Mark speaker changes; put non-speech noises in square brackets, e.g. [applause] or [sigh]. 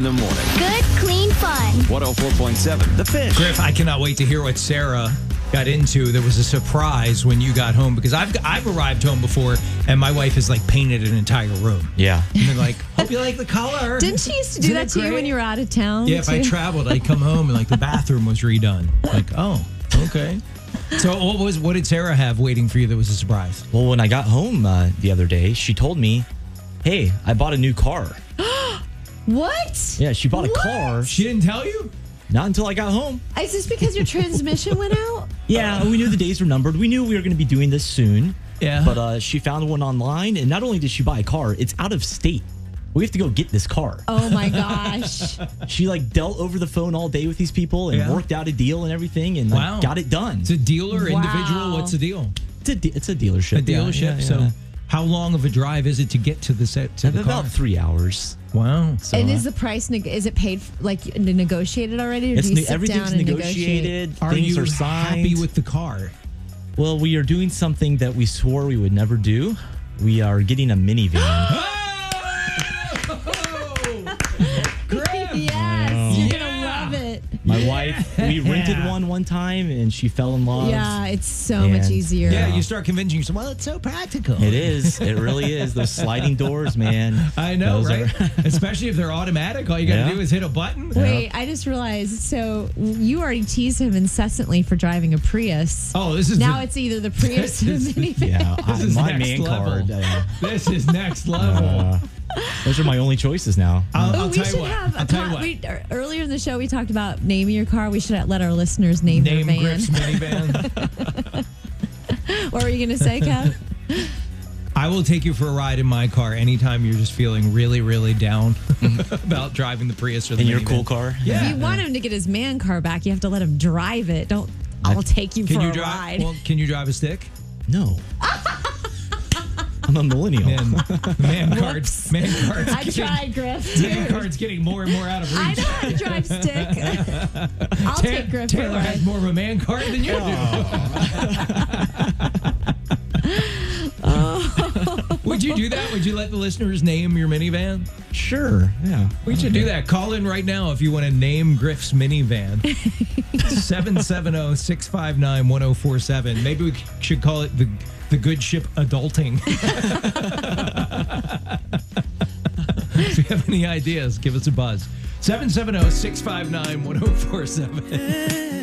Speaker 1: in the morning.
Speaker 2: Good, clean fun.
Speaker 1: 104.7, The Fish.
Speaker 3: Griff, I cannot wait to hear what Sarah got into. There was a surprise when you got home because I've I've arrived home before and my wife has like painted an entire room.
Speaker 1: Yeah.
Speaker 3: And they're
Speaker 4: [laughs]
Speaker 3: like, hope you like the color.
Speaker 4: Didn't she used to do
Speaker 3: Isn't
Speaker 4: that
Speaker 3: it
Speaker 4: to you
Speaker 3: great?
Speaker 4: when you were out of town?
Speaker 3: Yeah, if I
Speaker 4: too?
Speaker 3: traveled, I'd come home and like the bathroom was redone. Like, oh, okay. So what was what did Sarah have waiting for you that was a surprise?
Speaker 5: Well, when I got home uh, the other day, she told me, "Hey, I bought a new car."
Speaker 4: What?
Speaker 5: Yeah, she bought a
Speaker 4: What?
Speaker 5: car.
Speaker 3: She didn't tell you?
Speaker 5: Not until I got home.
Speaker 4: Is this because your transmission went out?
Speaker 5: Yeah, we knew the days were numbered. We knew we were going to be doing this soon.
Speaker 3: Yeah.
Speaker 5: But uh, she found one online, and not only did she buy a car, it's out of state. We have to go get this car.
Speaker 3: [laughs]
Speaker 4: Oh my gosh.
Speaker 5: She like dealt over the phone all day with these people and
Speaker 3: Yeah.
Speaker 5: worked out a deal and everything, and like,
Speaker 3: Wow.
Speaker 5: got it done.
Speaker 3: It's a dealer,
Speaker 4: Wow.
Speaker 3: individual, what's the deal?
Speaker 5: It's a, de- it's a dealership.
Speaker 3: A dealership.
Speaker 5: Yeah, yeah,
Speaker 3: so
Speaker 5: yeah.
Speaker 3: how long of a drive is it to get to the set to the
Speaker 5: about
Speaker 3: car?
Speaker 5: three hours.
Speaker 3: Wow.
Speaker 5: So,
Speaker 4: and
Speaker 5: uh,
Speaker 4: is the price neg- is it paid f- like n- negotiated already or
Speaker 5: it's
Speaker 4: do you
Speaker 5: ne-
Speaker 4: sit
Speaker 5: everything's
Speaker 4: down and negotiate?
Speaker 5: negotiated.
Speaker 3: Are
Speaker 5: things
Speaker 3: you
Speaker 5: are signed.
Speaker 3: happy with the car?
Speaker 5: Well, we are doing something that we swore we would never do. We are getting
Speaker 3: [gasps]
Speaker 5: a minivan.
Speaker 4: Yes, you're gonna love it.
Speaker 5: My wife, we rented one one time and she fell in love.
Speaker 4: Yeah, it's so much
Speaker 5: And-
Speaker 4: easier.
Speaker 3: Yeah, you start convincing yourself. Well, it's so practical.
Speaker 5: It is. It really is. Those sliding doors, man.
Speaker 3: [laughs] I know,
Speaker 5: Those are-
Speaker 3: right? Especially if they're automatic. All you got to
Speaker 5: Yeah.
Speaker 3: do is hit a button.
Speaker 4: Wait, I just realized. So you already tease him incessantly for driving a Prius.
Speaker 3: Oh, this is
Speaker 4: now
Speaker 3: the-
Speaker 4: it's either the Prius
Speaker 3: [laughs]
Speaker 4: or the
Speaker 3: This is-
Speaker 5: [laughs]
Speaker 4: minivan.
Speaker 5: yeah,
Speaker 3: This
Speaker 5: I-
Speaker 3: is
Speaker 5: my
Speaker 3: next
Speaker 5: man
Speaker 3: level.
Speaker 5: card. uh,
Speaker 3: this is next level.
Speaker 5: uh, those are my only choices now.
Speaker 3: I'll,
Speaker 4: Oh,
Speaker 3: I'll
Speaker 4: we
Speaker 3: tell
Speaker 4: should
Speaker 3: you what.
Speaker 4: have.
Speaker 3: I'll
Speaker 4: a
Speaker 3: tell
Speaker 4: con-
Speaker 3: you what.
Speaker 4: we, er, earlier in the show, we talked about naming your car. We should let our listeners name,
Speaker 3: Name
Speaker 4: their van.
Speaker 3: Griff's minivan.
Speaker 4: [laughs] what were you going to say, Kev?
Speaker 3: I will take you for a ride in my car anytime you're just feeling really, really down
Speaker 5: Mm-hmm.
Speaker 3: [laughs] about driving the Prius or the
Speaker 5: In your
Speaker 3: minivan.
Speaker 5: cool car.
Speaker 3: Yeah.
Speaker 4: If you want him to get his man car back, you have to let him drive it. Don't. I'll take you
Speaker 3: Can
Speaker 4: for
Speaker 3: you
Speaker 4: a
Speaker 3: drive?
Speaker 4: ride. [laughs]
Speaker 3: Well, can you drive a stick? [laughs]
Speaker 5: No. I'm a millennial.
Speaker 3: Man,
Speaker 4: [laughs]
Speaker 3: man cards. Man cards.
Speaker 4: I tried,
Speaker 3: [laughs]
Speaker 4: Griff.
Speaker 3: Man
Speaker 4: Dude.
Speaker 3: cards getting more and more out of reach.
Speaker 4: I know how to drive stick. [laughs] I'll
Speaker 3: Tan-
Speaker 4: take Griff for a
Speaker 3: Taylor has
Speaker 4: ride.
Speaker 3: more of a man card than you do.
Speaker 4: [laughs]
Speaker 3: [laughs] Would you do that? Would you let the listeners name your minivan?
Speaker 5: Sure. Yeah.
Speaker 3: We should do that. Call in right now if you want to name Griff's minivan. oh, 770 659 1047. Maybe we should call it the, the good ship adulting. [laughs] if you oh, have any ideas, give us a buzz. 770 659 1047.